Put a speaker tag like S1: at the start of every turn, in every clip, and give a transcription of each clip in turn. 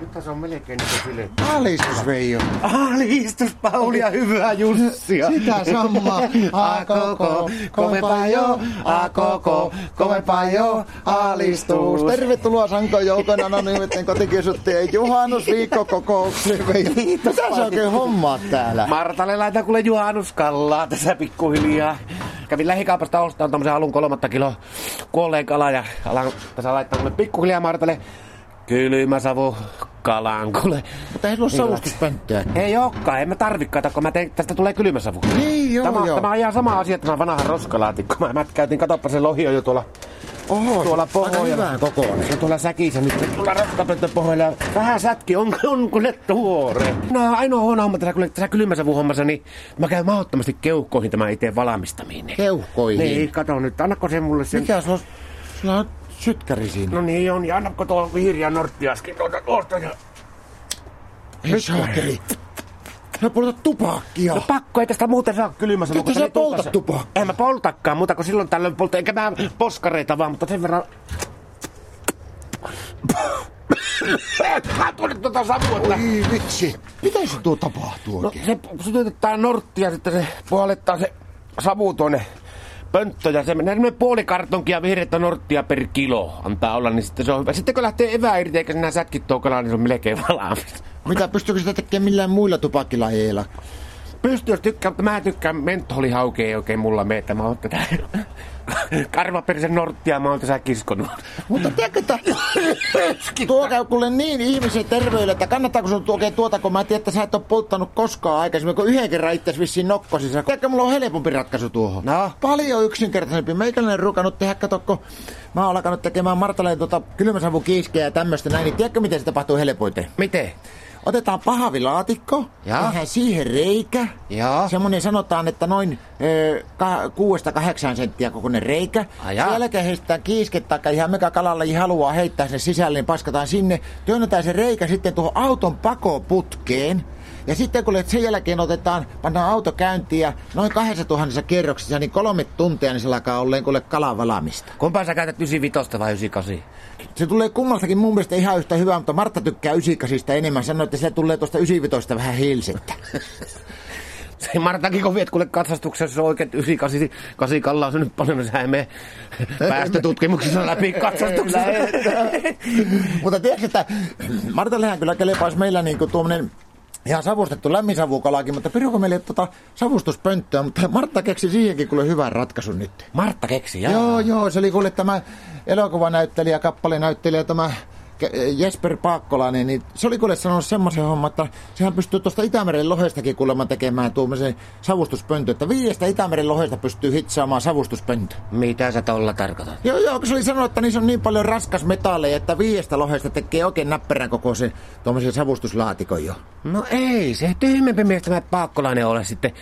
S1: Kohta se on melkein niin kuin filetti.
S2: Alistus, Veijo.
S1: Alistus Pauli ja hyvää Jussia.
S2: Sitä samaa. A koko, kovempaa jo. A koko, kovempaa jo. Alistus. Tervetuloa Sankan joukon anonyymitteen kotikiusuttajien juhannusviikkokokoukseen, Veijo. Mitä sä oikein hommaat täällä?
S1: Martalle laita kuule juhannuskallaa tässä pikkuhiljaa. Kävin lähikaupasta ostamaan tämmöisen alun kolmatta kilo kuolleen kalaa ja alan tässä laittaa mulle pikkuhiljaa Martalle kylmä savu kalaan kuule.
S2: Mutta ei sulla savustuspönttöä.
S1: Ei olekaan, en mä tarvikkaita, kun mä tein, tästä tulee kylmä savu.
S2: Niin, joo,
S1: Tämä,
S2: joo.
S1: tämä on ihan sama asia, tämä vanha roskalaatikko. Mä mätkäytin, katoppa se lohi on jo tuolla
S2: Oho,
S1: tuolla
S2: aika
S1: pohjalla.
S2: hyvää kokoinen.
S1: Se on tuolla säkissä nyt. Tuolla roskapöntön pohjalla. Vähän sätki, on, on kun ne tuore. No, ainoa huono homma tässä, kun tässä kylmäsavun hommassa, niin mä käyn mahdottomasti keuhkoihin tämän itse valmistaminen.
S2: Keuhkoihin.
S1: Niin, kato nyt, annako se mulle sen.
S2: Mikä sulla on? Sulla on sytkäri siinä.
S1: No niin on, ja annako tuo vihreä norttiaskin tuolta tuosta. Ja...
S2: Ei saakeli. No polta tupakkia.
S1: No pakko, ei tästä muuten saa kylmä savu.
S2: Nyt
S1: kun
S2: sä
S1: se oli
S2: poltat
S1: tulpassa.
S2: tupakkaa.
S1: En mä poltakaan, muuta kuin silloin tällöin polta. Enkä mä poskareita vaan, mutta sen verran... Mä tuonne tuota savua, että...
S2: Ei Niin, vitsi. Mitä se tuo tapahtuu
S1: No,
S2: oikein?
S1: se sytytetään norttia, sitten se puolettaa se savu tuonne pönttöön ja se menee semmoinen puoli kartonkia vihreätä norttia per kilo antaa olla, niin sitten se on hyvä. Sitten kun lähtee evää irti eikä sinä sätkit tuo kalaa, niin se on melkein valmis.
S2: Mitä, pystyykö sitä tekemään millään muilla tupakkilajeilla?
S1: Pystyy, jos tykkää, mutta mä en tykkää mentolihauke ei oikein mulla meitä. Mä oon tätä karvaperisen norttia, mä oon tässä kiskonut.
S2: Mutta tiedätkö, että tuo käy kuule niin ihmisen terveydelle, että kannattaako sun tuokea tuota, kun mä tiedän, että sä et ole polttanut koskaan aikaisemmin, kun yhden kerran itse vissiin nokkosissa. Tiedätkö, mulla on helpompi ratkaisu tuohon.
S1: No?
S2: Paljon yksinkertaisempi. Meikäläinen rukannut tehdä, kato, kun mä oon alkanut tekemään Martaleen tuota kylmäsavukiiskeä ja tämmöistä näin, niin tiedätkö, miten se tapahtuu helpoiten?
S1: Miten?
S2: Otetaan pahavilaatikko,
S1: Jaa.
S2: tehdään siihen reikä.
S1: Jaa.
S2: Semmoinen sanotaan, että noin ö, ka- kuudesta kahdeksaan senttiä kokoinen reikä.
S1: Ai jaa.
S2: Sen jälkeen heitetään kiisket tai ihan mikä kalalaji haluaa heittää sen sisälle, niin paskataan sinne. Työnnetään se reikä sitten tuohon auton pakoputkeen. Ja sitten kun sen jälkeen otetaan, pannaan auto käyntiin ja noin 2000 kerroksissa, niin kolme tuntia, niin se alkaa olleen kuule kalan valamista.
S1: Kumpa sä käytät 95 vai 98?
S2: Se tulee kummastakin mun mielestä ihan yhtä hyvää, mutta Martta tykkää 98 enemmän. Sanoi, että se tulee tuosta 95 vähän hiilsettä.
S1: Se Martakin, kun viet kuule katsastuksessa on oikein 98 kallaa se nyt paljon, niin sä ei mene päästötutkimuksessa läpi katsastuksessa.
S2: Mutta tiedätkö, että Martallehän kyllä kelepaisi meillä niinku tuommoinen ihan savustettu lämminsavukalakin, mutta Piruko meille tota savustuspönttöä, mutta Martta keksi siihenkin kuule hyvän ratkaisun nyt.
S1: Martta keksi, jaa.
S2: Joo, joo, se oli kuule tämä elokuvanäyttelijä, kappalenäyttelijä, tämä Ke- Jesper Paakkolainen, niin se oli kuule sanonut semmoisen homman, että sehän pystyy tuosta Itämeren lohestakin kuulemma tekemään tuommoisen savustuspöntö, että viidestä Itämeren lohesta pystyy hitsaamaan savustuspöntö.
S1: Mitä sä tolla tarkoitat?
S2: Joo, joo, kun se oli sanonut, että niissä on niin paljon raskas metalleja, että viiestä lohesta tekee oikein näpperän kokoisen tuommoisen savustuslaatikon jo.
S1: No ei, se tyhmempi mies tämä paakkolainen ole sitten.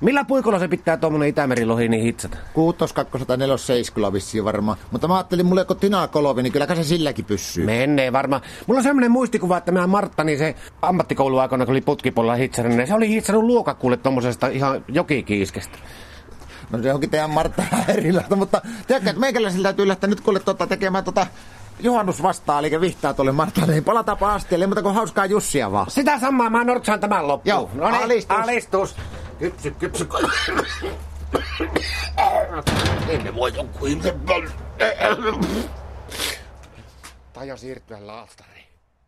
S1: Millä puikolla se pitää tuommoinen Itämerilohi niin hitsata?
S2: Kuutos, kakkos tai nelos, seiskulla vissiin varmaan. Mutta mä ajattelin, mulle kun tinaa kolovi, niin kyllä se silläkin pysyy.
S1: Mennee varmaan. Mulla on semmoinen muistikuva, että minä Martta, niin se ammattikouluaikana, kun oli putkipuolella hitsannut, niin se oli hitsannut luokakuulle tuommoisesta ihan jokikiiskestä.
S2: No se onkin teidän Martta erilaista, mutta tiedätkö, että meikäläisellä täytyy lähteä nyt kuule tuota tekemään tuota juhannus vastaa, eli vihtaa tuolle Martalle, niin palataanpa astialle, mutta kun hauskaa Jussia vaan.
S1: Sitä samaa, mä nortsaan tämän loppuun.
S2: Joo,
S1: no niin,
S2: alistus.
S1: alistus. Kypsy, kypsy. Ennen voi joku ihmisen... Tajo siirtyä laastariin.